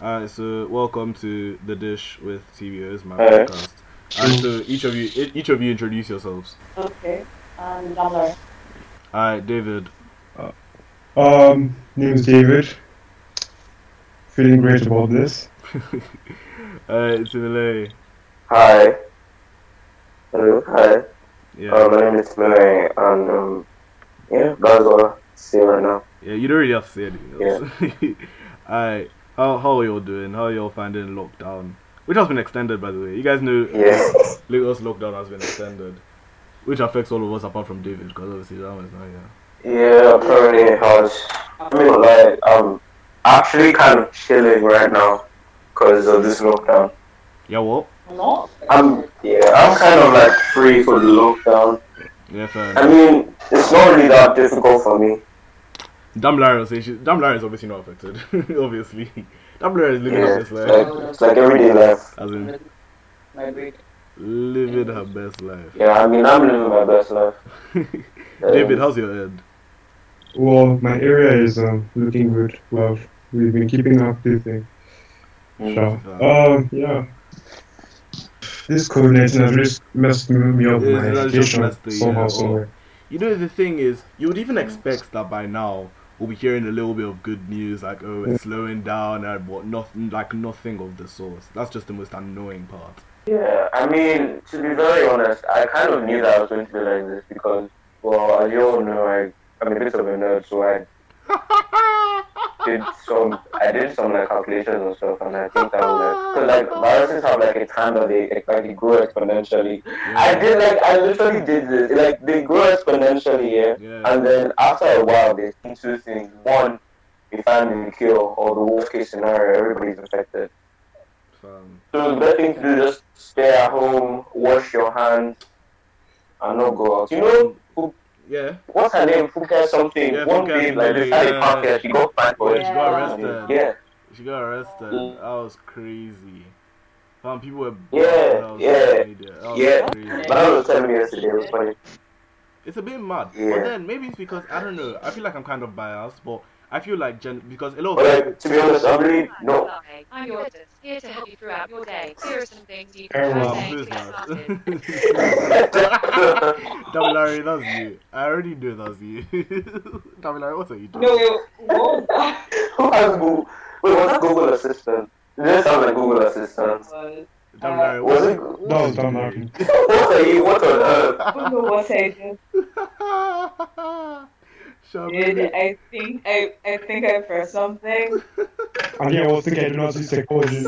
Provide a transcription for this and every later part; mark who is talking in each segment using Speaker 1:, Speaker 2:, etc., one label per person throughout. Speaker 1: Alright, so welcome to the dish with TVO's my
Speaker 2: Alright.
Speaker 1: podcast. Alright, so each of you, e- each of you introduce yourselves.
Speaker 3: Okay. Um, Dollar.
Speaker 1: Alright, David.
Speaker 4: Um, name's David. Feeling great about this.
Speaker 1: Alright, Timile.
Speaker 2: Hi. Hello. Hi.
Speaker 1: Yeah,
Speaker 2: Uh, my name is Mary, and um, yeah, that's all I see right now.
Speaker 1: yeah, you don't really have to say anything else. Alright, how how are y'all doing? How are y'all finding lockdown? Which has been extended, by the way. You guys know uh,
Speaker 2: Yeah.
Speaker 1: Lagos lockdown has been extended, which affects all of us apart from David, because obviously that one's not here.
Speaker 2: Yeah, apparently it has. I mean, like, I'm actually kind of chilling right now because of this lockdown.
Speaker 1: Yeah, what?
Speaker 3: Hello?
Speaker 2: I'm yeah, I'm kind of like free for the lockdown.
Speaker 1: Yeah,
Speaker 2: I
Speaker 1: fair.
Speaker 2: mean, it's not really that difficult for me.
Speaker 1: Dam Lara will say she, Dam Lara is obviously not affected. obviously, Dam Lara is living her
Speaker 2: Yeah,
Speaker 1: best
Speaker 2: it's
Speaker 1: life,
Speaker 2: like it's like everyday life.
Speaker 1: as in
Speaker 3: My break.
Speaker 1: living her best life.
Speaker 2: Yeah, I mean, I'm living my best life. Um,
Speaker 1: David, how's your head?
Speaker 4: Well, my area is um looking good. Well, we've been keeping up this thing.
Speaker 1: Mm.
Speaker 4: Sure. Um, yeah. This COVID-19 has really messed me up with
Speaker 1: It's
Speaker 4: my
Speaker 1: not just
Speaker 4: education
Speaker 1: messed the, yeah,
Speaker 4: somehow,
Speaker 1: well,
Speaker 4: somewhere.
Speaker 1: You know the thing is, you would even expect that by now we'll be hearing a little bit of good news, like oh it's slowing down and what nothing, like nothing of the sort. That's just the most annoying part.
Speaker 2: Yeah, I mean, to be very honest, I kind of knew that I was going to be like this because, well, as you all know, I, I'm a bit of a nerd, so I did some, I did some like calculations and stuff, and I think that was like, because like viruses have like a time that they like, like they grow exponentially. I did like, I literally did this, like they grow exponentially, yeah,
Speaker 1: Yeah.
Speaker 2: and then after a while, they do two things. One, we find the cure, or the worst case scenario, everybody's infected.
Speaker 1: Fam.
Speaker 2: So the best thing to do is just stay at home, wash your hands, and not go out. You know, who,
Speaker 1: Yeah.
Speaker 2: what's her name? Fuka something.
Speaker 1: Yeah,
Speaker 2: One
Speaker 1: Funke
Speaker 2: day, like,
Speaker 1: Asmodee,
Speaker 2: they started
Speaker 1: yeah.
Speaker 2: parking, she got fined for
Speaker 1: Yeah,
Speaker 2: it.
Speaker 1: she got
Speaker 3: Yeah.
Speaker 1: arrested.
Speaker 2: Yeah,
Speaker 1: She got arrested. That was crazy. Fam, people were
Speaker 2: Mm. Yeah,
Speaker 1: that was
Speaker 2: yeah,
Speaker 1: media. That was
Speaker 2: yeah.
Speaker 1: crazy.
Speaker 2: but I was telling me yesterday, it was funny.
Speaker 1: It's a bit mad. But
Speaker 2: Yeah.
Speaker 1: then maybe it's because I don't know. I feel like I'm kind of biased, but I feel like gen- because a lot
Speaker 2: But
Speaker 1: of
Speaker 2: like, to be honest, I'm really, no,
Speaker 5: I'm your dentist, here to help you throughout your day. Here are some things you
Speaker 4: Oh,
Speaker 5: can
Speaker 4: wow.
Speaker 5: try
Speaker 1: Fam,
Speaker 5: saying
Speaker 1: who's
Speaker 5: to get
Speaker 1: that?
Speaker 5: started.
Speaker 1: Double Larry, that's you. I already knew that's you. Double Larry, what are you doing?
Speaker 3: No, you go down.
Speaker 2: who has Google? Wait, was that Google Assistant? It didn't sound like Google Assistant.
Speaker 3: Well,
Speaker 1: Double Larry,
Speaker 2: Was
Speaker 1: what?
Speaker 2: it?
Speaker 4: That was dumb, Larry.
Speaker 2: What are you? What on earth?
Speaker 3: I don't know what I did.
Speaker 1: Shabba.
Speaker 3: I think I, I think I pressed something.
Speaker 4: And yeah, I was thinking I do not use technology.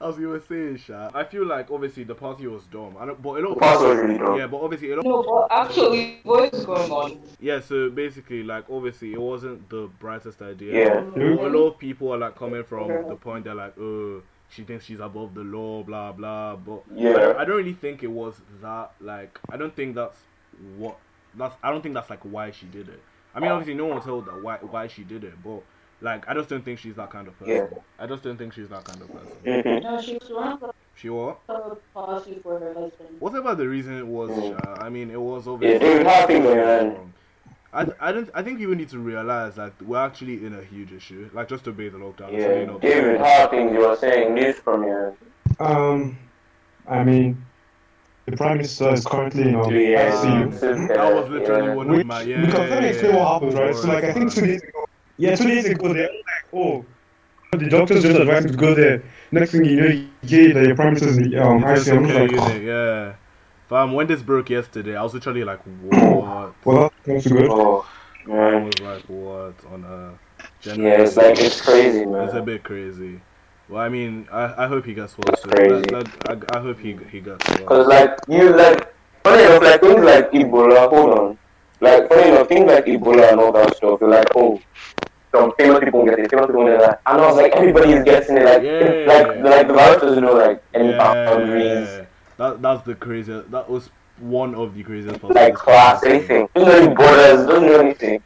Speaker 1: As you were saying, Sha, I feel like obviously the party was dumb. I don't, but a lot
Speaker 2: The
Speaker 1: of
Speaker 2: password was really dumb.
Speaker 1: yeah, but obviously a lot.
Speaker 3: No, but actually, what is going on?
Speaker 1: Yeah, so basically, like, obviously, it wasn't the brightest idea.
Speaker 2: Yeah.
Speaker 1: But a lot of people are like coming from the point they're like, oh, she thinks she's above the law, blah blah. But
Speaker 2: Yeah.
Speaker 1: I don't really think it was that. Like, I don't think that's what that's. I don't think that's like why she did it. I mean, obviously, no one was told that why why she did it, but like, I just don't think she's that kind of person.
Speaker 2: Yeah.
Speaker 1: I just don't think she's that kind of person.
Speaker 2: Mhm.
Speaker 3: No, she was one of
Speaker 1: She what?
Speaker 3: the policies for her husband.
Speaker 1: Whatever the reason it was,
Speaker 2: Mm.
Speaker 1: Sha, I mean, it was
Speaker 2: Yeah,
Speaker 1: obviously.
Speaker 2: David, how things are going?
Speaker 1: I, I don't I think you need to realize that we're actually in a huge issue. Like just obey the lockdown. it's really
Speaker 2: Yeah,
Speaker 1: not-
Speaker 2: David, how things you are saying news from your
Speaker 4: um, I mean, the prime minister is currently in um,
Speaker 2: three years.
Speaker 4: ICU.
Speaker 1: That was literally one
Speaker 4: Which,
Speaker 1: of my yeah.
Speaker 4: because let me explain what happened, right? So, like, I think two
Speaker 1: Alright.
Speaker 4: days ago, yeah, two days ago, they were like, oh, the doctors just advised me to go there. Next thing you know, you hear that your prime minister is in the um,
Speaker 1: It's
Speaker 4: ICU. I'm
Speaker 1: okay,
Speaker 4: just
Speaker 1: you
Speaker 4: like,
Speaker 1: know, yeah. Fam, when this broke yesterday, I was literally like, what?
Speaker 4: well, that's not so good.
Speaker 2: Oh,
Speaker 1: I
Speaker 2: man.
Speaker 1: was like, what on earth?
Speaker 2: Yeah, it's like, it's crazy,
Speaker 1: It's a
Speaker 2: man.
Speaker 1: bit crazy. Well, I mean, I, I hope he gets well soon.
Speaker 2: Crazy.
Speaker 1: That- that- I, I hope he he gets well.
Speaker 2: Because, like, you, like, funny enough, like, things like Ebola, hold on. Like, funny enough, things like Ebola and all that stuff, you're like, oh, some famous people get it, famous people get that. And I was like, everybody is getting it, like,
Speaker 1: Yeah.
Speaker 2: like, like, the virus doesn't know, like, any boundaries,
Speaker 1: Yeah, that that's the craziest. That was one of the craziest. parts of
Speaker 2: like,
Speaker 1: this
Speaker 2: class,
Speaker 1: conversation.
Speaker 2: anything. Doesn't know any borders, doesn't know anything.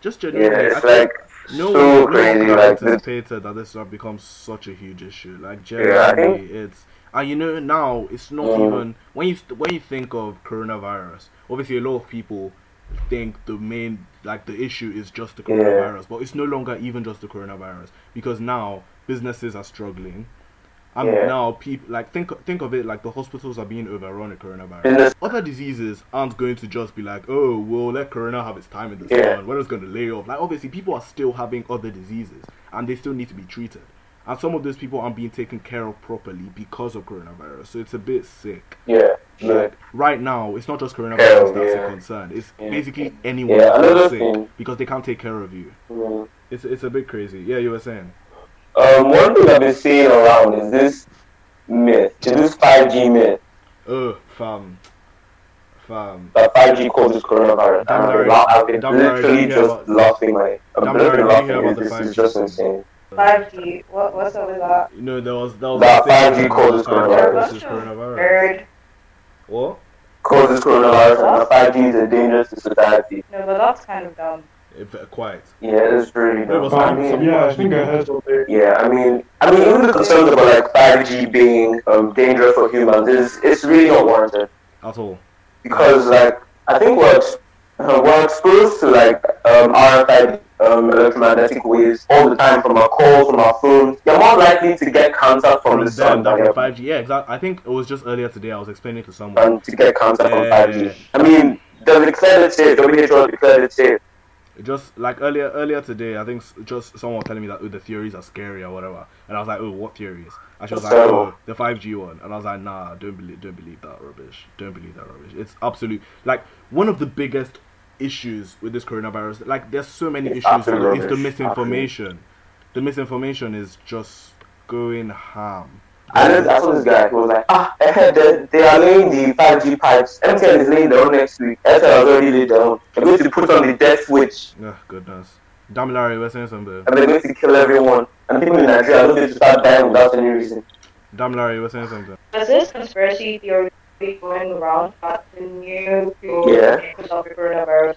Speaker 1: Just genuinely,
Speaker 2: Yeah,
Speaker 1: I
Speaker 2: it's
Speaker 1: think
Speaker 2: like,
Speaker 1: no,
Speaker 2: so
Speaker 1: one- no one
Speaker 2: crazy,
Speaker 1: could have
Speaker 2: like, this-
Speaker 1: anticipated that this would become such a huge issue. Like genuinely,
Speaker 2: Yeah, I think-
Speaker 1: it's and you know now it's not
Speaker 2: Mm.
Speaker 1: even when you st- when you think of coronavirus. Obviously, a lot of people think the main like the issue is just the coronavirus, but it's no longer even just the coronavirus because now businesses are struggling. And
Speaker 2: Yeah.
Speaker 1: now people like think think of it like the hospitals are being overrun with coronavirus.
Speaker 2: Business-
Speaker 1: Other diseases aren't going to just be like, oh, we'll let corona have its time in the
Speaker 2: Yeah.
Speaker 1: sun. We're just going to lay off. Like obviously, people are still having other diseases and they still need to be treated. And some of those people aren't being taken care of properly because of coronavirus. So it's a bit sick.
Speaker 2: Yeah. Yeah.
Speaker 1: Like right now, it's not just coronavirus
Speaker 2: Hell,
Speaker 1: that's
Speaker 2: yeah.
Speaker 1: a concern. It's
Speaker 2: Yeah.
Speaker 1: basically anyone
Speaker 2: Yeah, another
Speaker 1: that's sick
Speaker 2: thing-
Speaker 1: because they can't take care of you.
Speaker 2: Mm.
Speaker 1: It's it's a bit crazy. Yeah, you were saying.
Speaker 2: Um, one thing I've been seeing around is this myth, is this 5G myth,
Speaker 1: Oh, fam, fam.
Speaker 2: that 5G causes coronavirus.
Speaker 1: Damn
Speaker 2: I've been,
Speaker 1: right.
Speaker 2: la- I've been
Speaker 1: Damn right,
Speaker 2: literally
Speaker 1: you hear
Speaker 2: just
Speaker 1: about-
Speaker 2: laughing my,
Speaker 1: Damn
Speaker 2: I'm
Speaker 1: right,
Speaker 2: literally
Speaker 1: you
Speaker 2: laughing
Speaker 1: hear
Speaker 2: at
Speaker 1: about the
Speaker 2: this, this
Speaker 1: 5G.
Speaker 2: is just insane.
Speaker 3: Five G. What what's up with that?
Speaker 1: You know there was that was
Speaker 2: That
Speaker 1: a thing
Speaker 2: 5G
Speaker 1: about
Speaker 2: causes
Speaker 1: 5G
Speaker 2: coronavirus.
Speaker 1: versus coronavirus.
Speaker 3: Bird.
Speaker 1: What?
Speaker 2: Causes coronavirus and the 5G is a danger to society.
Speaker 3: No, but that's kind of dumb.
Speaker 1: If, uh, quiet.
Speaker 2: Yeah, it's really
Speaker 1: No,
Speaker 2: dumb.
Speaker 1: but
Speaker 2: I
Speaker 1: some-
Speaker 2: mean,
Speaker 1: some-
Speaker 4: yeah, I think I heard something.
Speaker 2: yeah, I mean, I mean, even the concerns about like 5G being um, dangerous for humans is it's really not warranted.
Speaker 1: At all.
Speaker 2: because like I think we're ex- uh, we're exposed to like um, RFID um, electromagnetic waves all the time from our calls, from our phones. You're more likely to get cancer from,
Speaker 1: From
Speaker 2: the
Speaker 1: them,
Speaker 2: sun
Speaker 1: that
Speaker 2: than
Speaker 1: from
Speaker 2: you're-
Speaker 1: 5G. Yeah, exactly. I think it was just earlier today. I was explaining to someone.
Speaker 2: than to get cancer from
Speaker 1: Yeah.
Speaker 2: 5G. I mean, they've declared it safe. WHO has declared it safe.
Speaker 1: Just like earlier, earlier today, I think s- just someone was telling me that oh, the theories are scary or whatever, and I was like, oh, what theories? And she was like,
Speaker 2: So-
Speaker 1: oh, the 5G one, and I was like, nah, don't believe, don't believe that rubbish. Don't believe that rubbish. It's absolute. Like one of the biggest issues with this coronavirus, like there's so many
Speaker 2: It's
Speaker 1: issues.
Speaker 2: absolute
Speaker 1: It's the
Speaker 2: rubbish.
Speaker 1: misinformation. The misinformation is just going ham.
Speaker 2: And then I saw this guy who was like, ah, eh, they, they are laying the 5G pipes. MTN is laying their own next week. Airtel has already laid their own. They're going to put on the death switch.
Speaker 1: Oh, goodness. Damn, Larry, we're saying something.
Speaker 2: and they're going to kill everyone. And people in Nigeria are going to start dying without any reason.
Speaker 1: Damn, Larry, we're saying something.
Speaker 3: There's this conspiracy theory going around that the new cure
Speaker 2: Yeah.
Speaker 3: was of the coronavirus.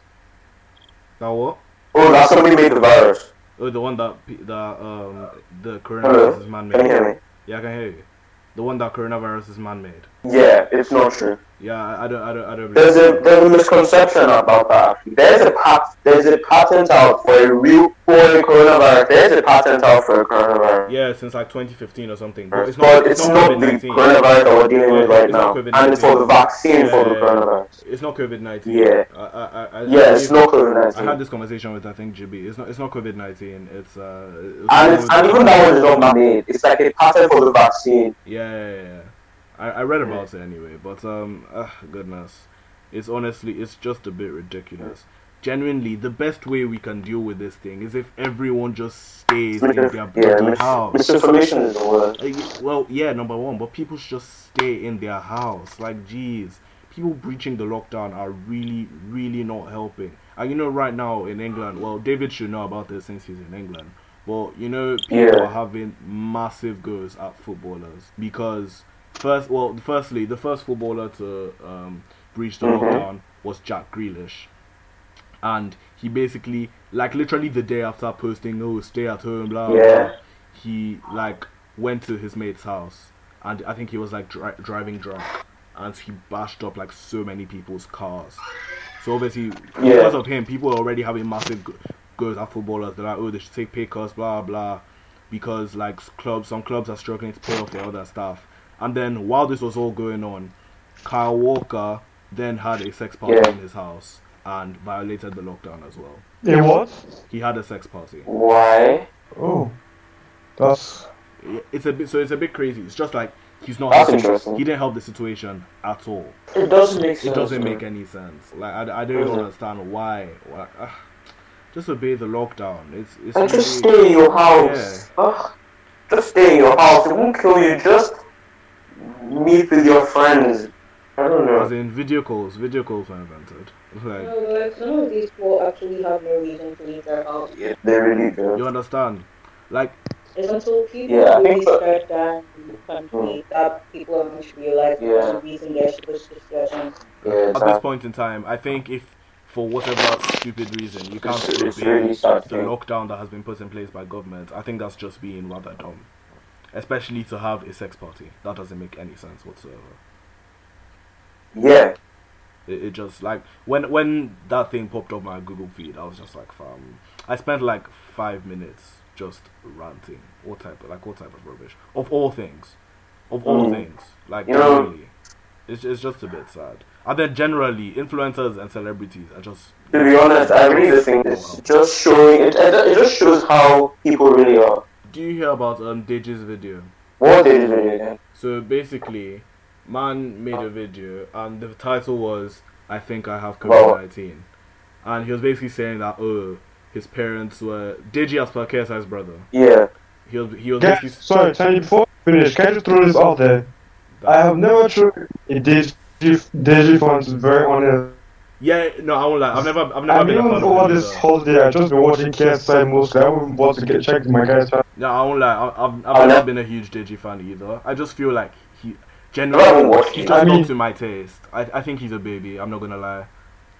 Speaker 1: That what?
Speaker 2: Oh, now somebody made the virus.
Speaker 1: Oh, the one that pe- that um the
Speaker 2: Hello?
Speaker 1: coronavirus is man-made.
Speaker 2: Can you hear me?
Speaker 1: Yeah, I can hear you. The one that coronavirus is man-made.
Speaker 2: Yeah, it's not true.
Speaker 1: Yeah, I, I don't, I don't, I don't.
Speaker 2: There's
Speaker 1: Believe
Speaker 2: a there's a misconception about that. There's a pat there's a patent out for a real for a coronavirus. There's a patent out for a coronavirus.
Speaker 1: yeah, since like 2015 or something. But
Speaker 2: But
Speaker 1: it's not.
Speaker 2: it's not the
Speaker 1: COVID-19.
Speaker 2: coronavirus that we're dealing with
Speaker 1: Yeah,
Speaker 2: right
Speaker 1: it's not
Speaker 2: now, and it's for the
Speaker 1: COVID-19.
Speaker 2: vaccine for the
Speaker 1: Yeah.
Speaker 2: coronavirus.
Speaker 1: It's not COVID-19.
Speaker 2: Yeah.
Speaker 1: I, I, I, I,
Speaker 2: Yeah, it's not COVID
Speaker 1: I had
Speaker 2: nineteen,
Speaker 1: this conversation with I think Jibby. It's not. It's not COVID-19. It's uh. It's
Speaker 2: and, it's, and even that one is not made. It's like a patent for the vaccine.
Speaker 1: Yeah, yeah, yeah. I, I read about it anyway, but um, ah, goodness, it's honestly, it's just a bit ridiculous. Genuinely, the best way we can deal with this thing is if everyone just stays in their
Speaker 2: yeah,
Speaker 1: bloody
Speaker 2: mis-
Speaker 1: house.
Speaker 2: misinformation is the word.
Speaker 1: Uh, y- well, yeah, number one, but people should just stay in their house. Like, jeez, people breaching the lockdown are really, really not helping. And you know, right now in England, well, David should know about this since he's in England. But you know, people
Speaker 2: Yeah.
Speaker 1: are having massive goes at footballers because first, well, firstly, the first footballer to um, breach the
Speaker 2: Mhm.
Speaker 1: lockdown was Jack Grealish and he basically like literally the day after posting oh stay at home blah blah,
Speaker 2: Yeah.
Speaker 1: blah he like went to his mate's house and i think he was like dri- driving drunk and he bashed up like so many people's cars so obviously
Speaker 2: Yeah.
Speaker 1: because of him people are already having massive go- goes at footballers they're like oh they should take pay cuts blah blah because like s- clubs some clubs are struggling to pay off their other staff and then while this was all going on Kyle Walker then had a sex party
Speaker 2: Yeah.
Speaker 1: in his house and violated the lockdown as well.
Speaker 4: Yeah, what?
Speaker 1: He had a sex party.
Speaker 2: Why?
Speaker 4: Oh, that's
Speaker 1: It's a bit so it's a bit crazy. It's just like he's not
Speaker 2: That's
Speaker 1: helping-
Speaker 2: interesting.
Speaker 1: he didn't help the situation at all.
Speaker 2: It doesn't make sense.
Speaker 1: It doesn't make any sense. Like I, I don't
Speaker 2: Mhm.
Speaker 1: understand why. why ah. just obey the lockdown. It's it's
Speaker 2: And just
Speaker 1: really-
Speaker 2: stay in your house. Ugh. Just stay in your house. It won't kill you. Just meet with your friends. I don't
Speaker 1: as
Speaker 2: know.
Speaker 1: in video calls, video calls were invented. Like
Speaker 3: No, like some of these people actually have no reason to leave their house.
Speaker 2: They really do.
Speaker 1: you understand? Like
Speaker 3: It's until people
Speaker 2: Yeah, I
Speaker 3: really
Speaker 2: think so. Hmm.
Speaker 3: start dying in the country that people are going to realize
Speaker 2: Yeah.
Speaker 3: the reason they're supposed to stay at home.
Speaker 2: Yeah,
Speaker 1: at this
Speaker 2: exactly.
Speaker 1: point in time, I think if for whatever stupid reason you can't
Speaker 2: It's- it's
Speaker 1: obey
Speaker 2: really sad
Speaker 1: the
Speaker 2: thing.
Speaker 1: lockdown that has been put in place by government, I think that's just being rather dumb. Especially to have a sex party. That doesn't make any sense whatsoever.
Speaker 2: Yeah.
Speaker 1: It, it just like when when that thing popped up my Google feed, I was just like, fam. I spent like five minutes just ranting, all type of like all type of rubbish of all things, of all
Speaker 2: Mm.
Speaker 1: things. Like
Speaker 2: You know-
Speaker 1: really, it's it's just a bit sad. And then generally, influencers and celebrities are just
Speaker 2: To be honest, I really just think it's just showing it. It just shows how people really are.
Speaker 1: Do you hear about um Deji's video?
Speaker 2: What they do again?
Speaker 1: So basically, man made a video and the title was I think I have
Speaker 2: Wow.
Speaker 1: COVID nineteen. And he was basically saying that oh his parents were Deji as per KSI's brother.
Speaker 2: Yeah.
Speaker 1: He was he was
Speaker 4: Can,
Speaker 1: basically
Speaker 4: sorry, Tiny, before I finish, can I just throw this out there? I have never truly. Deji fans is very honest.
Speaker 1: Yeah, no, I won't lie. I've never I've never
Speaker 4: I
Speaker 1: been
Speaker 4: mean,
Speaker 1: a fan of
Speaker 4: even over
Speaker 1: him,
Speaker 4: this
Speaker 1: so-
Speaker 4: holiday, I've just been watching KSI mostly. I haven't bothered to get checked my guys.
Speaker 1: No, I won't lie. I- I've, I've
Speaker 2: I've
Speaker 1: never
Speaker 2: never-
Speaker 1: been a huge Deji fan either. I just feel like he
Speaker 2: I haven't
Speaker 1: generally
Speaker 2: watched
Speaker 1: he's
Speaker 2: it.
Speaker 1: just
Speaker 4: I mean-
Speaker 1: not to my taste. I, I think he's a baby. I'm not gonna lie.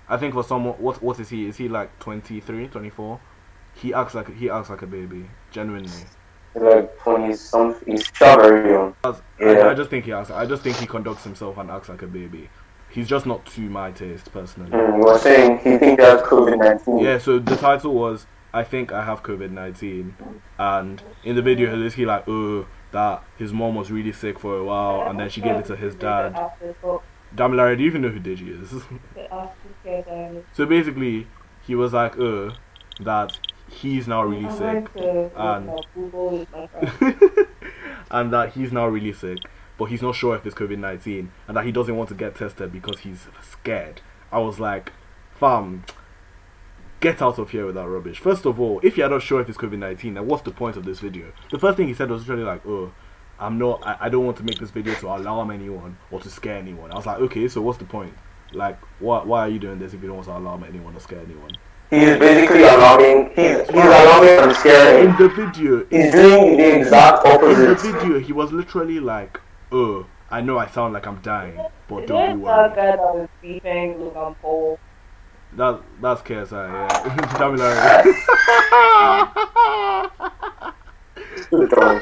Speaker 1: I think for someone, what what is he? Is he like 23, 24? He acts like he acts like a baby. Genuinely,
Speaker 2: Like twenty something. He's still very young.
Speaker 1: I,
Speaker 2: Yeah.
Speaker 1: I just think he acts. I just think he conducts himself and acts like a baby. He's just not to my taste personally.
Speaker 2: Mm, you were saying he think that's COVID nineteen.
Speaker 1: Yeah, so the title was I think I have COVID nineteen and in the video he was basically like, oh, that his mom was really sick for a while Oh, and then she gave it to his dad. Damn Larry, do you even know who Digi is? so basically he was like, uh, that he's now really sick and- and that he's now really sick, but he's not sure if it's COVID nineteen and that he doesn't want to get tested because he's scared. I was like, fam, get out of here with that rubbish. First of all, if you're not sure if it's COVID nineteen, then what's the point of this video? The first thing he said was literally like, oh, I'm not I, I don't want to make this video to alarm anyone or to scare anyone. I was like, okay, so what's the point? Like, why why are you doing this if you don't want to alarm anyone or scare anyone?
Speaker 2: He's basically allowing. He's he's allowing and
Speaker 1: In
Speaker 2: scaring.
Speaker 1: the video,
Speaker 2: He's doing the exact
Speaker 1: in the
Speaker 2: opposite.
Speaker 1: video, he was literally like, "Oh, I know I sound like I'm dying, but
Speaker 3: Is
Speaker 1: don't
Speaker 3: that
Speaker 1: be
Speaker 3: that
Speaker 1: worried."
Speaker 3: guy that was beefing Logan Paul?
Speaker 1: That that's KSI, yeah. Dami Larry.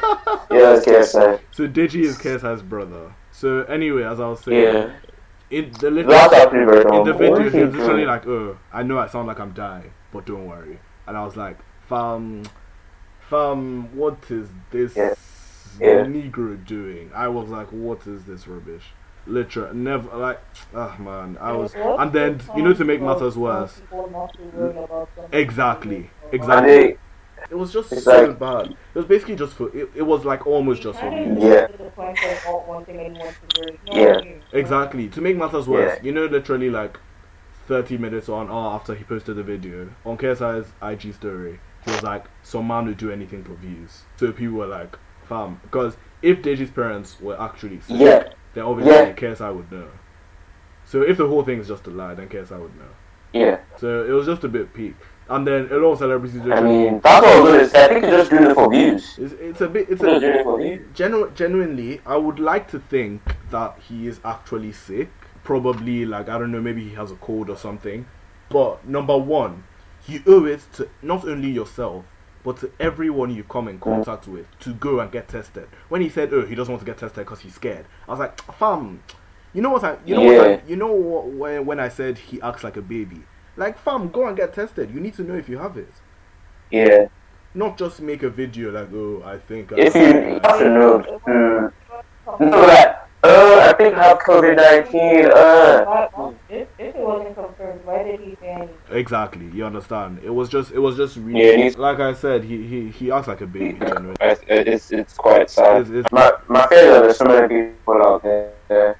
Speaker 2: yeah, yes, sir.
Speaker 1: so Deji is KSI's brother. So anyway, as I was saying,
Speaker 2: Yeah.
Speaker 1: in the little
Speaker 2: That's actually very dumb.
Speaker 1: in the
Speaker 2: What
Speaker 1: video,
Speaker 2: is
Speaker 1: he
Speaker 2: he
Speaker 1: was literally
Speaker 2: doing?
Speaker 1: like, "Oh, I know I sound like I'm dying, but don't worry." And I was like, "Fam, fam, what is this
Speaker 2: Yeah. Yeah.
Speaker 1: Negro doing?" I was like, "What is this rubbish?" Literally, never like, ah man, I was, and then you know to make matters worse, exactly,
Speaker 2: And
Speaker 1: exactly.
Speaker 2: they,
Speaker 1: It was just
Speaker 2: It's
Speaker 1: so
Speaker 2: like-
Speaker 1: bad. It was basically just for it, it was like almost just for me.
Speaker 2: Yeah. Yeah.
Speaker 1: Exactly. To make matters worse,
Speaker 2: Yeah.
Speaker 1: you know, literally like 30 minutes or an hour after he posted the video on KSI's IG story, he was like, "Some man would do anything for views." So people were like, "Fam," because if Deji's parents were actually sick,
Speaker 2: yeah,
Speaker 1: then obviously
Speaker 2: Yeah.
Speaker 1: KSI would know. So if the whole thing is just a lie, then KSI would know.
Speaker 2: yeah.
Speaker 1: So it was just a bit peak. And then a lot of celebrities.
Speaker 2: I
Speaker 1: literally-
Speaker 2: mean, that's what I was gonna say. I think he's just doing it for views.
Speaker 1: it's, it's a bit. It's
Speaker 2: He's just
Speaker 1: a
Speaker 2: doing it for views.
Speaker 1: Genu- genuinely, I would like to think that he is actually sick. Probably, like, I don't know, maybe he has a cold or something. But number one, you owe it to not only yourself, but to everyone you've come in contact with to go and get tested. When he said, oh, he doesn't want to get tested because he's scared, I was like, fam, you know what I, you know what
Speaker 2: Yeah.
Speaker 1: I, you know what, when, when I said he acts like a baby? Like, fam, go and get tested. You need to know if you have it.
Speaker 2: Yeah.
Speaker 1: Not just make a video like, oh, I think. I
Speaker 2: If you,
Speaker 1: have
Speaker 2: you
Speaker 1: it."
Speaker 2: have to know, to know that. Uh, I think I have COVID nineteen. Uh,
Speaker 3: If, if it wasn't confirmed, why did he say anything?
Speaker 1: Exactly, you understand. It was just, it was just really,
Speaker 2: Yeah, he's-
Speaker 1: like I said, he he he acts like a baby. Generally.
Speaker 2: it's it's, it's quite sad.
Speaker 1: It's, it's,
Speaker 2: My my fear is that there's so many people out there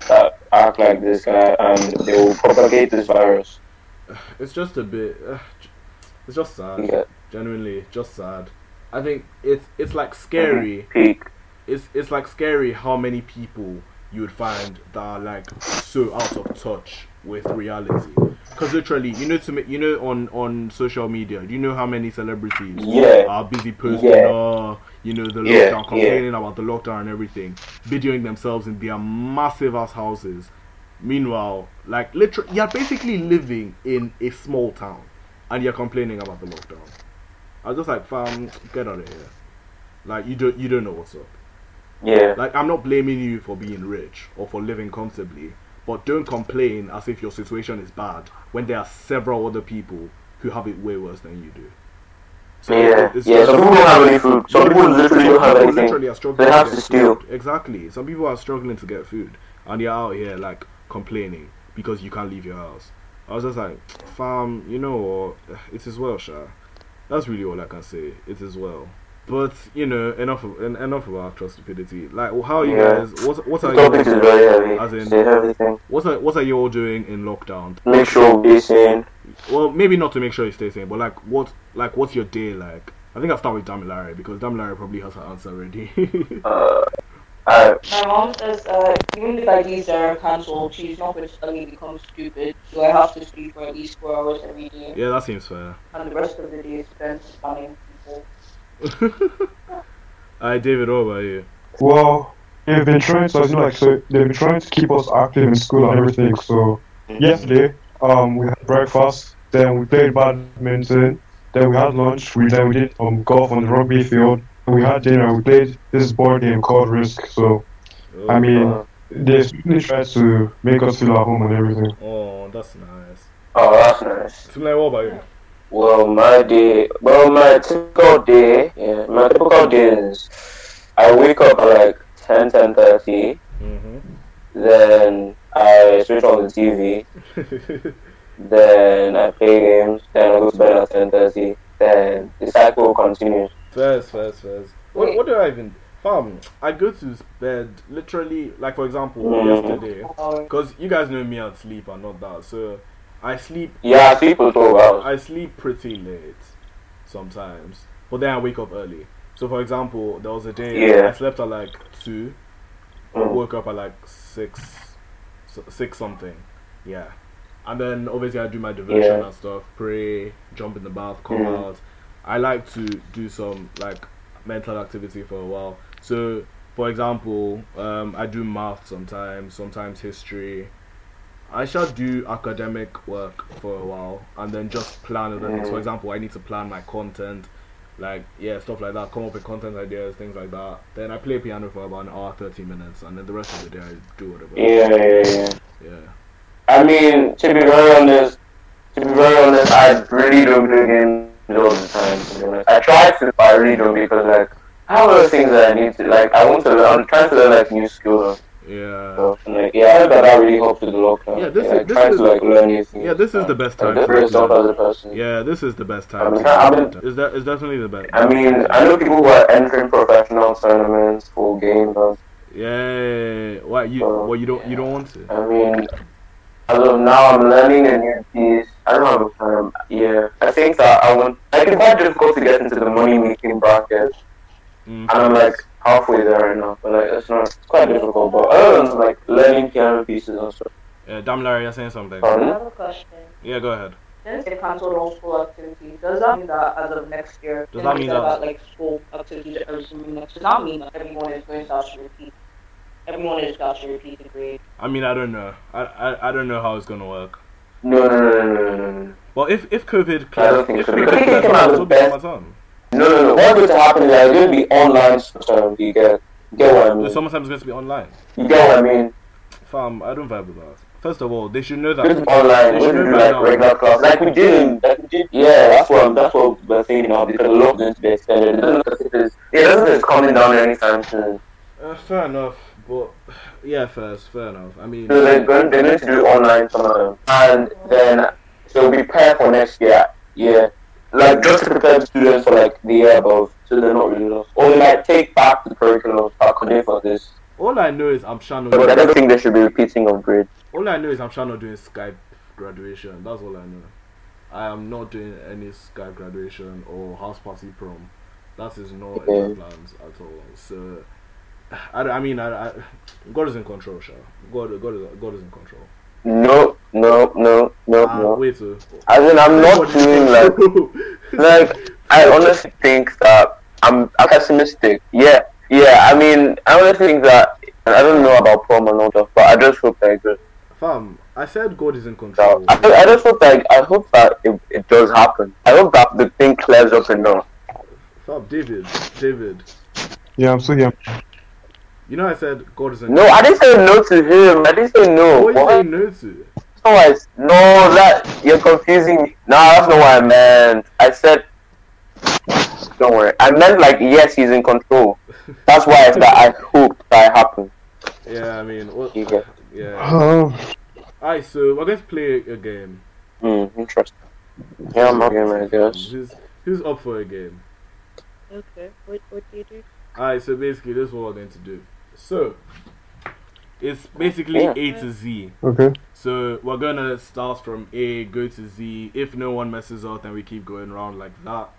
Speaker 2: that act like this guy and they will propagate this virus.
Speaker 1: it's just a bit, uh, it's just sad.
Speaker 2: Yeah.
Speaker 1: Genuinely, just sad. I think it's it's like scary.
Speaker 2: Peak.
Speaker 1: It's it's like scary how many people you would find that are like so out of touch with reality. Because literally, you know, to me, you know, on on social media, you know how many celebrities
Speaker 2: Yeah.
Speaker 1: are busy posting,
Speaker 2: Yeah.
Speaker 1: uh, you know, the
Speaker 2: Yeah,
Speaker 1: lockdown,
Speaker 2: yeah.
Speaker 1: complaining about the lockdown and everything, videoing themselves in their massive ass houses. Meanwhile, like literally, you're basically living in a small town, and you're complaining about the lockdown. I was just like, fam, get out of here. Like you don't, you don't know what's up.
Speaker 2: Yeah.
Speaker 1: Like I'm not blaming you for being rich or for living comfortably, But don't complain as if your situation is bad when there are several other people who have it way worse than you do. So
Speaker 2: yeah,
Speaker 1: it's
Speaker 2: yeah.
Speaker 1: just-
Speaker 2: Some people don't have any food. Some people literally don't have
Speaker 1: people
Speaker 2: anything.
Speaker 1: literally are struggling
Speaker 2: They have
Speaker 1: get
Speaker 2: to steal.
Speaker 1: food. Exactly. Some people are struggling to get food, and you're out here like complaining because you can't leave your house. I was just like, fam, you know what? It is well, Sha. That's really all I can say. It is well. But you know, enough of en- enough of our stupidity. Like, how are you
Speaker 2: Yeah.
Speaker 1: guys? What what are
Speaker 2: The
Speaker 1: you? all
Speaker 2: topic is very
Speaker 1: As
Speaker 2: heavy.
Speaker 1: in-
Speaker 2: It's a heavy thing.
Speaker 1: What are what are you all doing in lockdown?
Speaker 2: Make sure we sane.
Speaker 1: Well, maybe not to make sure you stay sane, but like what like what's your day like? I think I'll start with Damilare because Damilare probably has her answer already.
Speaker 2: Uh, I,
Speaker 3: My mom says, uh, even if I these are cancelled, she's not going to let me become stupid, so I have to sleep for at least four hours every day,
Speaker 1: yeah, that seems fair.
Speaker 3: and the rest of the day is spent spamming people.
Speaker 1: Hi, David, what about you?
Speaker 4: Well, they've been trying to, you know, like, so they've been trying to keep us active in school and everything. So yesterday, um, we had breakfast, then we played badminton, then we had lunch, we then we did um golf on the rugby field, and we had dinner. We played this board game called Risk. So
Speaker 1: Oh,
Speaker 4: I mean,
Speaker 2: uh,
Speaker 4: they certainly tried to make us feel at home and everything.
Speaker 1: oh, that's nice.
Speaker 2: oh, that's nice.
Speaker 1: Similar, what about you?
Speaker 2: Well, my day, well, my typical day, yeah, my typical day is I wake up at like 10, 10.30, then I switch on the TV,
Speaker 1: Mm-hmm.
Speaker 2: then I play games, then I go to bed at 10.30, then the cycle continues.
Speaker 1: First, first, first. What, what do I even? Fam, I go to bed literally, like for example,
Speaker 2: Mhm.
Speaker 4: Mm.
Speaker 1: yesterday,
Speaker 3: Or
Speaker 1: because you guys know me at sleep and not that. So I sleep,
Speaker 2: Yeah, people talk about
Speaker 1: I sleep pretty late sometimes, but then I wake up early. So for example, there was a day
Speaker 2: Yeah.
Speaker 1: I slept at like two,
Speaker 2: mm,
Speaker 1: woke up at like six, s- six something, yeah. And then obviously I do my devotion
Speaker 2: Yeah.
Speaker 1: and stuff, pray, jump in the bath, come
Speaker 2: Mhm.
Speaker 1: out. I like to do some like mental activity for a while. So, for example, um, I do math sometimes, sometimes history. I shall do academic work for a while and then just plan other things. For
Speaker 2: Mhm.
Speaker 1: example, I need to plan my content, like yeah, stuff like that. Come up with content ideas, things like that. Then I play piano for about an hour, thirty minutes, and then the rest of the day I do whatever.
Speaker 2: yeah, yeah, yeah.
Speaker 1: Yeah.
Speaker 2: I mean, to be very honest, to be very honest, I really don't play games all the time. To be honest, I try to, but I really don't because like I have other things that I need to like. I want to. Learn, I'm trying to learn like new skills and
Speaker 1: Yeah.
Speaker 2: stuff. And, like, yeah, I heard that that really helps with the lockdown.
Speaker 1: Yeah, this
Speaker 2: like,
Speaker 1: is- this
Speaker 2: trying
Speaker 1: is-
Speaker 2: to like learn new things.
Speaker 1: yeah, this is the best
Speaker 2: Like,
Speaker 1: time for
Speaker 2: different stuff
Speaker 1: it, man.
Speaker 2: as a person.
Speaker 1: Yeah, this is the best time.
Speaker 2: I'm
Speaker 1: to-
Speaker 2: not- I'm-
Speaker 1: It's de- it's definitely the best.
Speaker 2: I mean, I know people who are entering professional tournaments for games. And,
Speaker 1: Yeah. Why you?
Speaker 2: So-
Speaker 1: Well, you don't. You don't want to.
Speaker 2: I mean, as of now, I'm learning a new piece. I don't have um, yeah. I think that I want. Like, it's quite difficult to get into the money making bracket,
Speaker 1: Mm.
Speaker 2: and I'm like halfway there right now. But like, it's not. It's quite difficult. But other than like learning piano pieces and stuff.
Speaker 1: Yeah, damn, Larry, you're saying something.
Speaker 3: I
Speaker 2: Pardon?
Speaker 3: have a question.
Speaker 1: Yeah, go ahead.
Speaker 3: Since they cancelled all school activities, does that mean that as of next year,
Speaker 1: Does that mean that-
Speaker 3: about, like school activities are every single next? Does that mean that everyone is going to have to repeat? Everyone is going to have to repeat the grade.
Speaker 1: I mean, I don't know. I, I, I don't know how it's gonna work.
Speaker 2: No, no, no, no, no, no, no.
Speaker 1: Well, if if COVID
Speaker 2: I
Speaker 1: clears,
Speaker 2: don't think
Speaker 1: if
Speaker 2: so.
Speaker 1: COVID
Speaker 2: If it
Speaker 1: clears,
Speaker 2: came out
Speaker 1: I'll
Speaker 2: the
Speaker 1: still be on my
Speaker 2: best-
Speaker 1: time.
Speaker 2: No, no, no. What's going to happen is like, going to be online sometime. You get, you get what I
Speaker 1: The
Speaker 2: mean?
Speaker 1: summertime's going to be online.
Speaker 2: You get what I mean?
Speaker 1: Fam, I don't vibe with that. First of all, they should know
Speaker 2: Going to
Speaker 1: that.
Speaker 2: be online.
Speaker 1: They
Speaker 2: Going
Speaker 1: should
Speaker 2: to
Speaker 1: know
Speaker 2: be
Speaker 1: by
Speaker 2: like
Speaker 1: now.
Speaker 2: regular class, like we did. in- Like we did. Yeah, that's what I'm, that's what we're saying now because a lot of uh, going to be extended. It doesn't look as if it's, it doesn't look as if it's coming down anytime soon.
Speaker 1: Uh, fair enough, but yeah, first, fair enough. I mean,
Speaker 2: So they're going, they're going to do online some of them, and then so prepare for next year. Yeah, like just to prepare the students for like the year above, so they're not really lost. Or they might take back the curriculum back for this,
Speaker 1: all I know is I'm
Speaker 2: but I
Speaker 1: Shannon.
Speaker 2: don't think they should be repeating of grade.
Speaker 1: All I know is I'm Shannon doing Skype graduation. That's all I know. I am not doing any Skype graduation or house party prom. That is not in my
Speaker 2: Okay.
Speaker 1: plans at all. So, I, don't- I mean, I, I, God is in control, Sha. God, God, is, God is in control.
Speaker 2: No, no, no, no,
Speaker 1: Uh,
Speaker 2: no.
Speaker 1: wait, so
Speaker 2: As in, I'm not doing like like I honestly think that I'm pessimistic. Yeah, yeah. I mean, I honestly think that I don't know about prom and all that, but I just hope that it goes.
Speaker 1: Fam, I said God is in
Speaker 2: So
Speaker 1: control.
Speaker 2: I, I just hope that I hope that it, it does happen. I hope that the thing clears up enough.
Speaker 1: Fam, David, David,
Speaker 4: Yeah, I'm still here.
Speaker 1: You know, I said God is in.
Speaker 2: No, I didn't say no to him. I didn't say no.
Speaker 1: What are
Speaker 2: What?
Speaker 1: you saying no to?
Speaker 2: No, I s- no, that you're confusing me. Nah, that's not what I meant. I said, don't worry. I meant like yes, he's in control. That's why I said I hope that happens.
Speaker 1: Yeah, I mean, what,
Speaker 2: You get-
Speaker 1: yeah.
Speaker 4: Um,
Speaker 1: Alright, so we're going to play a game.
Speaker 2: Hmm, interesting. Yeah, I'm okay, man. I guess.
Speaker 1: Who's who's up for a game?
Speaker 6: Okay. What what do you do?
Speaker 1: Alright, so basically, this is what we're going to do. So, it's basically
Speaker 2: Yeah.
Speaker 1: A to Z.
Speaker 4: okay.
Speaker 1: So, we're going to start from A, go to Z. If no one messes up, then we keep going around like that.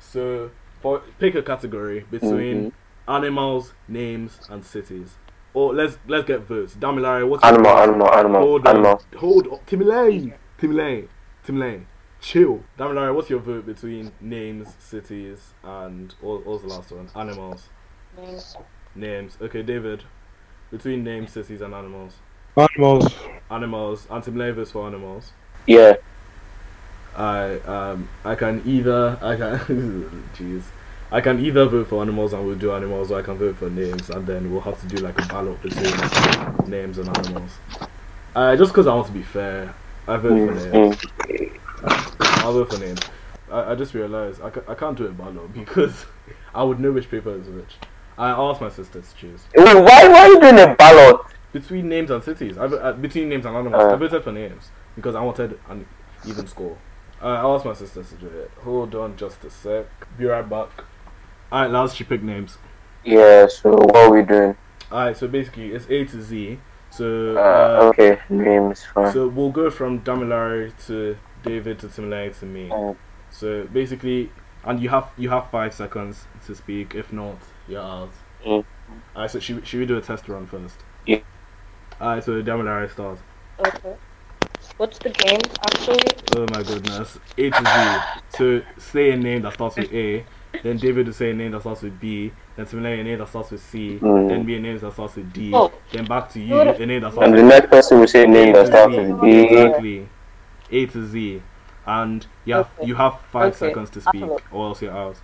Speaker 1: So, for, pick a category between
Speaker 2: Mm-hmm.
Speaker 1: animals, names, and cities. Or let's let's get votes. Damilare, what's your
Speaker 2: Animal,
Speaker 1: vote?
Speaker 2: animal,
Speaker 1: Hold
Speaker 2: animal,
Speaker 1: on.
Speaker 2: animal.
Speaker 1: Hold on. Timilay. Timilay. Timilay. Chill. Damilare, what's your vote between names, cities, and what what was the last one? Animals.
Speaker 3: Names.
Speaker 1: Names. Okay, David. Between names, cities, and animals.
Speaker 4: Animals.
Speaker 1: Animals. And Timilay votes for animals.
Speaker 2: Yeah.
Speaker 1: I um I can either I can jeez. I can either vote for animals and we'll do animals or I can vote for names and then we'll have to do like a ballot between names and animals. Uh just because I want to be fair, I vote for
Speaker 2: Mm, hmm.
Speaker 1: names. I'll vote for names. I, I just realized I, ca- I can't do a ballot because I would know which paper is which. I asked my sister to choose.
Speaker 2: Wait, why, why are you doing a ballot?
Speaker 1: Between names and cities. I, vo- uh, between names and animals. I
Speaker 2: Uh.
Speaker 1: voted for names because I wanted an even score. Uh, I asked my sisters to do it. Hold on just a sec. Be right back. Alright, Lars, she picked names.
Speaker 2: Yeah. So what are we doing?
Speaker 1: Alright, so basically it's A to Z. So
Speaker 2: Uh,
Speaker 1: uh,
Speaker 2: okay, name is fine.
Speaker 1: so we'll go from Damilare to David to Timilare to me.
Speaker 2: Mm.
Speaker 1: So basically, and you have you have five seconds to speak. If not, you're out.
Speaker 2: Mm.
Speaker 1: Alright, so should, we- should we do a test run first?
Speaker 2: Yeah.
Speaker 1: Alright, so Damilare starts.
Speaker 3: Okay. What's the game actually?
Speaker 1: Oh my goodness. A to Z. So say a name that starts with A, then David will say a name that starts with B, then Simile a name that starts with C,
Speaker 2: Mm.
Speaker 1: then be a name that starts with D,
Speaker 3: Oh.
Speaker 1: then back to you,
Speaker 3: No, no.
Speaker 1: a name that starts
Speaker 2: And the
Speaker 1: with
Speaker 2: next person will say name that
Speaker 1: A to
Speaker 2: starts
Speaker 1: Z.
Speaker 2: with E, B.
Speaker 1: Exactly. A to Z. And you have,
Speaker 3: Okay.
Speaker 1: you have five
Speaker 3: Okay.
Speaker 1: seconds to
Speaker 3: I'll
Speaker 1: speak,
Speaker 3: look.
Speaker 1: or else you're out.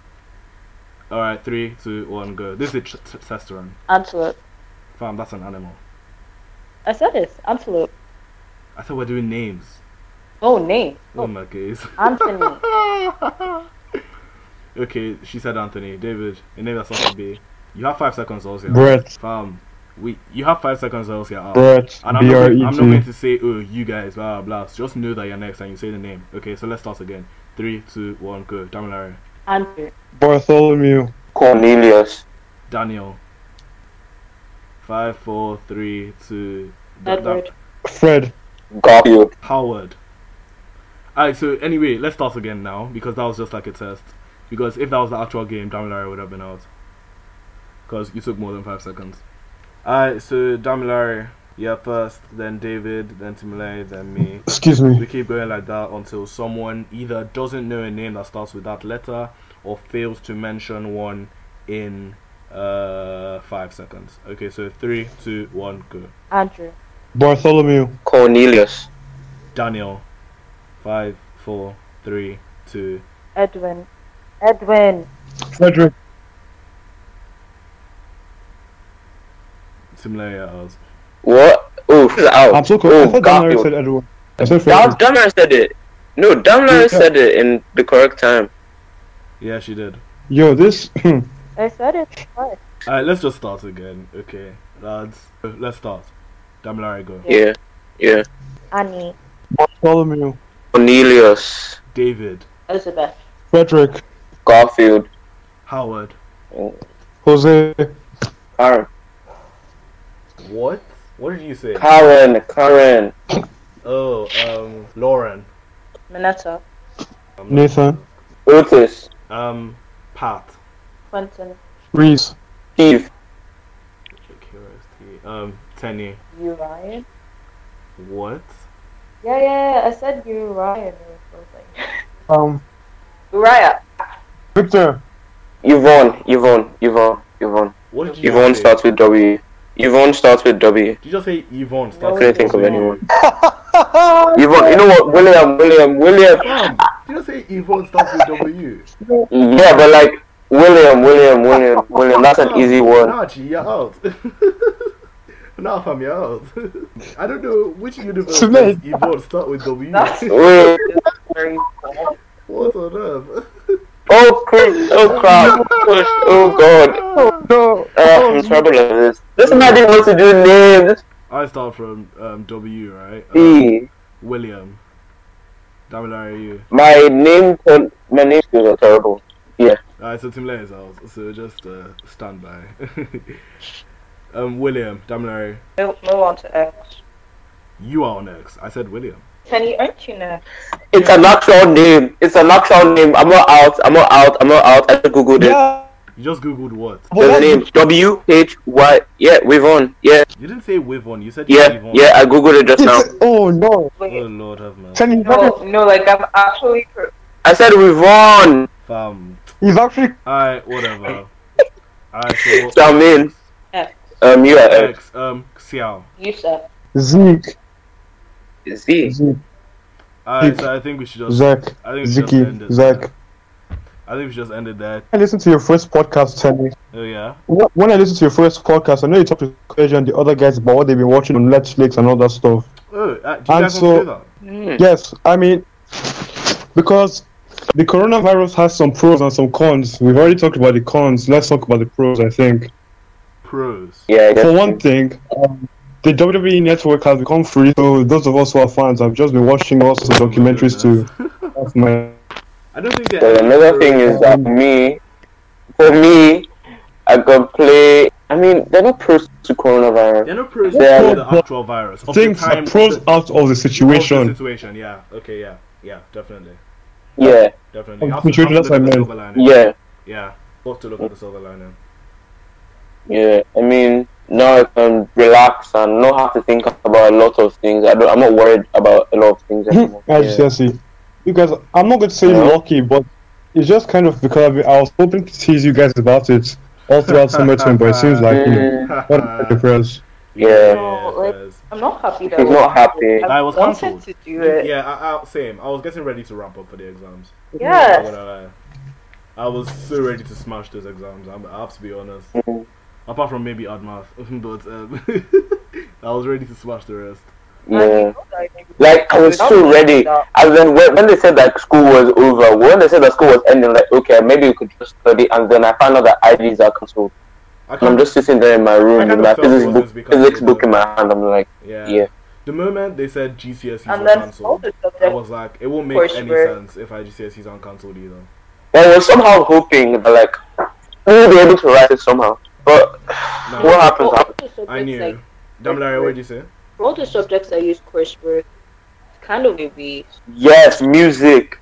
Speaker 1: Alright, three, two, one, go. This is a tr- tr- test run.
Speaker 3: Antelope.
Speaker 1: Fam, that's an animal.
Speaker 3: I said it. Antelope.
Speaker 1: I said we're doing names.
Speaker 3: Oh, name.
Speaker 1: Oh
Speaker 3: Oh,
Speaker 1: my gaze.
Speaker 3: Anthony.
Speaker 1: Okay, she said Anthony. David, your name that's not to be. You have five seconds or else you're out.
Speaker 4: Brett.
Speaker 1: Fam, we, you have five seconds or else you're out.
Speaker 4: Brett. E
Speaker 1: And I'm not, going, I'm not going
Speaker 4: B-R-E-T.
Speaker 1: to say, oh, you guys, blah, blah, blah. Just know that you're next and you say the name. Okay, so let's start again. Three, two, one, go. Damilare.
Speaker 3: Andrew.
Speaker 4: Bartholomew.
Speaker 2: Cornelius.
Speaker 1: Daniel. Five, four, three, two. Da- da-
Speaker 3: Edward.
Speaker 4: Fred.
Speaker 2: Garfield.
Speaker 1: Howard. Alright, so anyway, let's start again now because that was just like a test. Because if that was the actual game, Damilare would have been out. Because you took more than five seconds. Alright, so Damilare, yeah, first, then David, then Timile, then me.
Speaker 4: Excuse
Speaker 1: We
Speaker 4: me.
Speaker 1: keep going like that until someone either doesn't know a name that starts with that letter or fails to mention one in uh, five seconds. Okay, so three, two, one, go.
Speaker 3: Andrew.
Speaker 4: Bartholomew.
Speaker 2: Cornelius.
Speaker 1: Daniel, five, four, three, two,
Speaker 3: Edwin. Edwin.
Speaker 4: Frederick.
Speaker 1: similar hours.
Speaker 2: What? Oh, who's out?
Speaker 4: I'm so
Speaker 2: Oh,
Speaker 4: confused. I thought Damler said
Speaker 2: Garfield.
Speaker 4: Edward. I said
Speaker 2: Dam-
Speaker 4: Frederick.
Speaker 2: Damler said it. No, Damler
Speaker 4: Yeah.
Speaker 2: said it in the correct time.
Speaker 1: Yeah, she did.
Speaker 4: Yo, this.
Speaker 3: Oh, I said it. What?
Speaker 1: Alright, let's just start again. Okay, lads, let's start. Damilare, go.
Speaker 2: Yeah. Yeah.
Speaker 3: Annie.
Speaker 4: Bartholomew.
Speaker 2: Cornelius.
Speaker 1: David,
Speaker 3: Elizabeth.
Speaker 4: Frederick.
Speaker 2: Garfield.
Speaker 1: Howard.
Speaker 4: Jose.
Speaker 2: Karen.
Speaker 1: What? What did you say?
Speaker 2: Karen. Karen.
Speaker 1: Oh, um, Lauren.
Speaker 3: Minetta.
Speaker 1: Um,
Speaker 4: Nathan.
Speaker 2: Otis.
Speaker 1: Um, Pat.
Speaker 3: Quentin.
Speaker 4: Reese.
Speaker 2: Steve.
Speaker 1: QRST. Um, Tenny.
Speaker 3: Urian.
Speaker 1: What?
Speaker 3: Yeah, yeah, I said Urian or something.
Speaker 4: Um.
Speaker 3: Uriah.
Speaker 4: Victor.
Speaker 2: Yvonne. Yvonne. Yvonne. Yvonne.
Speaker 1: What did you
Speaker 2: Yvonne
Speaker 1: say?
Speaker 2: starts with W. E. Yvonne starts with W. E.
Speaker 1: Did you just say Yvonne starts
Speaker 3: I
Speaker 1: with
Speaker 2: couldn't think of
Speaker 1: W?
Speaker 2: anyone. Yvonne. You know what? William. William. William.
Speaker 1: Damn, did you just say Yvonne starts with W?
Speaker 2: Yeah, but like William. William. William. William. that's an easy one.
Speaker 1: Nah, G, you're out. nah, fam, you're out. I don't know which universe does
Speaker 7: Cement.
Speaker 1: evolve start with W.
Speaker 3: That's-
Speaker 2: Wait.
Speaker 3: Very sad.
Speaker 1: what on earth?
Speaker 2: Oh, Chris. Oh, crap. Oh, Oh, God.
Speaker 7: Oh, no.
Speaker 2: Uh, I'm in trouble with this. This man didn't want to do names.
Speaker 1: I start from um, W, right? Um,
Speaker 2: E.
Speaker 1: William. Damn it, Larry, you.
Speaker 2: My name, con- my name skills are terrible.
Speaker 1: Alright, so Tim Layer's out, so just uh, stand by. um, William, damn it, Larry,
Speaker 3: No, no one to X.
Speaker 1: you are next. I said William.
Speaker 6: Can you aren't you now?
Speaker 2: It's an actual name. It's an actual name. I'm not out. I'm not out. I'm not out. I just googled it.
Speaker 7: Yeah.
Speaker 1: You just googled what?
Speaker 2: The
Speaker 7: Well,
Speaker 2: name W H Y. Yeah, we've on. Yeah,
Speaker 1: You didn't say with one, you said
Speaker 2: yeah,
Speaker 1: with one.
Speaker 2: yeah. I googled it just now.
Speaker 7: it's- oh no.
Speaker 1: Oh,
Speaker 3: Wait,
Speaker 1: Lord have mercy.
Speaker 7: Can you
Speaker 2: Oh.
Speaker 3: no, no, like I'm actually. Per-
Speaker 2: I said we've on.
Speaker 1: Fam.
Speaker 7: He's actually
Speaker 1: Alright, Um, whatever. Alright, so what?
Speaker 2: So I'm in.
Speaker 3: X.
Speaker 2: Um, you are X.
Speaker 1: X, um, Xiao.
Speaker 3: You said.
Speaker 7: Zeke.
Speaker 2: Z.
Speaker 7: Zeke.
Speaker 1: Alright, so I think we should just.
Speaker 7: Zach.
Speaker 1: I think we should just end
Speaker 7: Ziki.
Speaker 1: it.
Speaker 7: Zach.
Speaker 1: there. I think we should just end it there.
Speaker 7: I listened to your first podcast, Tony.
Speaker 1: Oh, yeah.
Speaker 7: Wh- When I listened to your first podcast, I know you talked to Koji and the other guys about what they've been watching on Netflix and all that stuff.
Speaker 1: Oh, uh, do you
Speaker 7: And
Speaker 1: guys
Speaker 7: so-
Speaker 1: want to do
Speaker 7: Yes, I mean, because the coronavirus has some pros and some cons. We've already talked about the cons. Let's talk about the pros, I think.
Speaker 1: that? Pros.
Speaker 2: Yeah. I guess.
Speaker 7: For one thing, um, the WWE network has become free, so those of us who are fans have just been watching all sorts of documentaries to off my.
Speaker 1: I don't think
Speaker 2: But
Speaker 1: they're.
Speaker 2: another thing is that me, for me, I could play. I mean, they're not pros to coronavirus.
Speaker 1: They're not pros
Speaker 2: Yeah,
Speaker 1: for
Speaker 7: yeah,
Speaker 1: the
Speaker 7: but-
Speaker 1: actual virus. Of
Speaker 7: Things
Speaker 1: the time,
Speaker 7: are pros
Speaker 1: of the-
Speaker 7: out of the
Speaker 1: of the
Speaker 7: situation.
Speaker 1: situation, yeah. Okay, yeah. Yeah, definitely.
Speaker 2: Yeah,
Speaker 1: Definitely.
Speaker 7: Of
Speaker 1: Have to-
Speaker 7: situation,
Speaker 1: have to
Speaker 7: that's what
Speaker 1: look
Speaker 7: I
Speaker 1: at the
Speaker 7: meant.
Speaker 1: silver lining.
Speaker 2: yeah,
Speaker 1: Yeah. Got to look at the silver lining.
Speaker 2: yeah. I mean, now I can relax and not have to think about a lot of things. I don't, I'm not worried about a lot of things anymore.
Speaker 7: I just
Speaker 2: Yeah.
Speaker 7: I see. You guys, I'm not going to say
Speaker 2: Yeah.
Speaker 7: lucky, but it's just kind of because I, I was hoping to tease you guys about it all throughout summertime, but it seems like you know,
Speaker 2: Mm,
Speaker 7: what a difference.
Speaker 2: Yeah.
Speaker 1: Yeah,
Speaker 3: No, like-
Speaker 1: there's-
Speaker 3: I'm not happy that
Speaker 2: He's not happy.
Speaker 1: I was
Speaker 3: wanted
Speaker 1: cancelled.
Speaker 3: to do it.
Speaker 1: Yeah, I, I, same. I was getting ready to ramp up for the exams. I'm not
Speaker 3: Yes.
Speaker 1: gonna lie. I was so ready to smash those exams. I'm, I have to be honest.
Speaker 2: Mhm.
Speaker 1: Apart from maybe odd math, but um, I was ready to smash the rest.
Speaker 2: yeah. Like I was so ready. And then when, when they said that school was over, when they said that school was ending, like okay, maybe we could just study. And then I found out that IDs are cancelled.
Speaker 1: I
Speaker 2: And I'm
Speaker 1: can't.
Speaker 2: just sitting there in my
Speaker 1: I
Speaker 2: room
Speaker 1: kind
Speaker 2: with
Speaker 1: of
Speaker 2: my
Speaker 1: felt it
Speaker 2: physics
Speaker 1: was
Speaker 2: book,
Speaker 1: because
Speaker 2: physics
Speaker 1: of
Speaker 2: book in
Speaker 1: the-
Speaker 2: my hand. I'm like,
Speaker 1: Yeah.
Speaker 2: yeah,
Speaker 1: The moment they said GCSEs
Speaker 3: And
Speaker 1: were
Speaker 3: then all
Speaker 1: cancelled,
Speaker 3: the
Speaker 1: I
Speaker 3: subjects.
Speaker 1: was like, it won't make
Speaker 3: course
Speaker 1: any
Speaker 3: were-
Speaker 1: sense if our GCSEs aren't cancelled either.
Speaker 2: I was somehow hoping that like we'll be able to write it somehow. But
Speaker 1: No, Oh.
Speaker 2: what happens?
Speaker 3: All
Speaker 2: happened.
Speaker 3: the subjects,
Speaker 1: I knew.
Speaker 3: like,
Speaker 1: Damn, Larry, what did you say?
Speaker 3: all the subjects that use coursework, it's kind of a waste.
Speaker 2: Yes, music.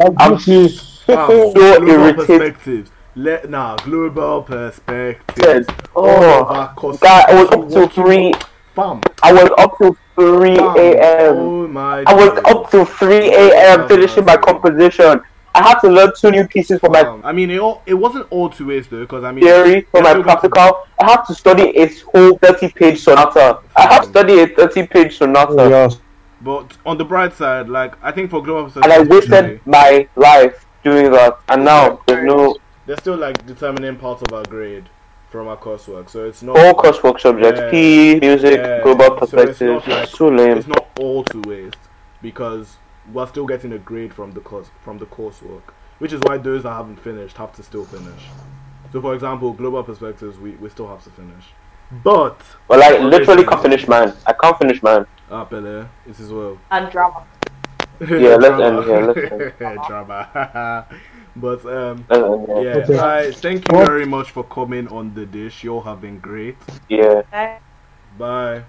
Speaker 2: I'm
Speaker 7: Obviously,
Speaker 1: Wow,
Speaker 7: So
Speaker 1: Um,
Speaker 2: Oh,
Speaker 1: global
Speaker 2: irritated.
Speaker 1: perspectives. Let nah, global perspectives.
Speaker 2: Yes.
Speaker 1: All of
Speaker 2: Oh,
Speaker 1: our courses.
Speaker 2: God, I was up till three.
Speaker 1: Bam.
Speaker 2: I was up till three
Speaker 1: bam.
Speaker 2: a.m.
Speaker 1: Oh my.
Speaker 2: I was
Speaker 1: days.
Speaker 2: up till three
Speaker 1: Oh,
Speaker 2: a.m. finishing my composition. I had to learn two new pieces for my
Speaker 1: Um, I mean, it all, it wasn't all two ways though, because I mean,
Speaker 2: theory for
Speaker 1: Yeah,
Speaker 2: my
Speaker 1: we got to-
Speaker 2: practical. I have to study a whole 30 page sonata. I have to study a 30 page sonata.
Speaker 7: yes.
Speaker 1: but on the bright side, like I think for global
Speaker 2: And I
Speaker 1: perspectives,
Speaker 2: wasted my life doing that. And now there's no
Speaker 1: they're still like determining parts of our grade from our coursework, so it's not
Speaker 2: all coursework subjects
Speaker 1: Yeah.
Speaker 2: PE, music,
Speaker 1: Yeah.
Speaker 2: global
Speaker 1: So it's not
Speaker 2: perspective.
Speaker 1: like-
Speaker 2: so lame.
Speaker 1: it's not all two ways because we're still getting a grade from the course from the coursework, which is why those that haven't finished have to still finish. So, for example, global perspectives, we, we still have to finish, but
Speaker 2: But like,
Speaker 1: What
Speaker 2: literally
Speaker 1: is
Speaker 2: can't
Speaker 1: it?
Speaker 2: finish mine. I can't finish mine.
Speaker 1: ah, Pele, it's as well.
Speaker 3: And drama.
Speaker 1: yeah,
Speaker 2: let's end here, let's
Speaker 1: drama. but um,
Speaker 2: Uh, yeah.
Speaker 1: yeah,
Speaker 7: Okay.
Speaker 1: I thank you very much for coming on the dish. You all have been great.
Speaker 2: yeah.
Speaker 1: Bye.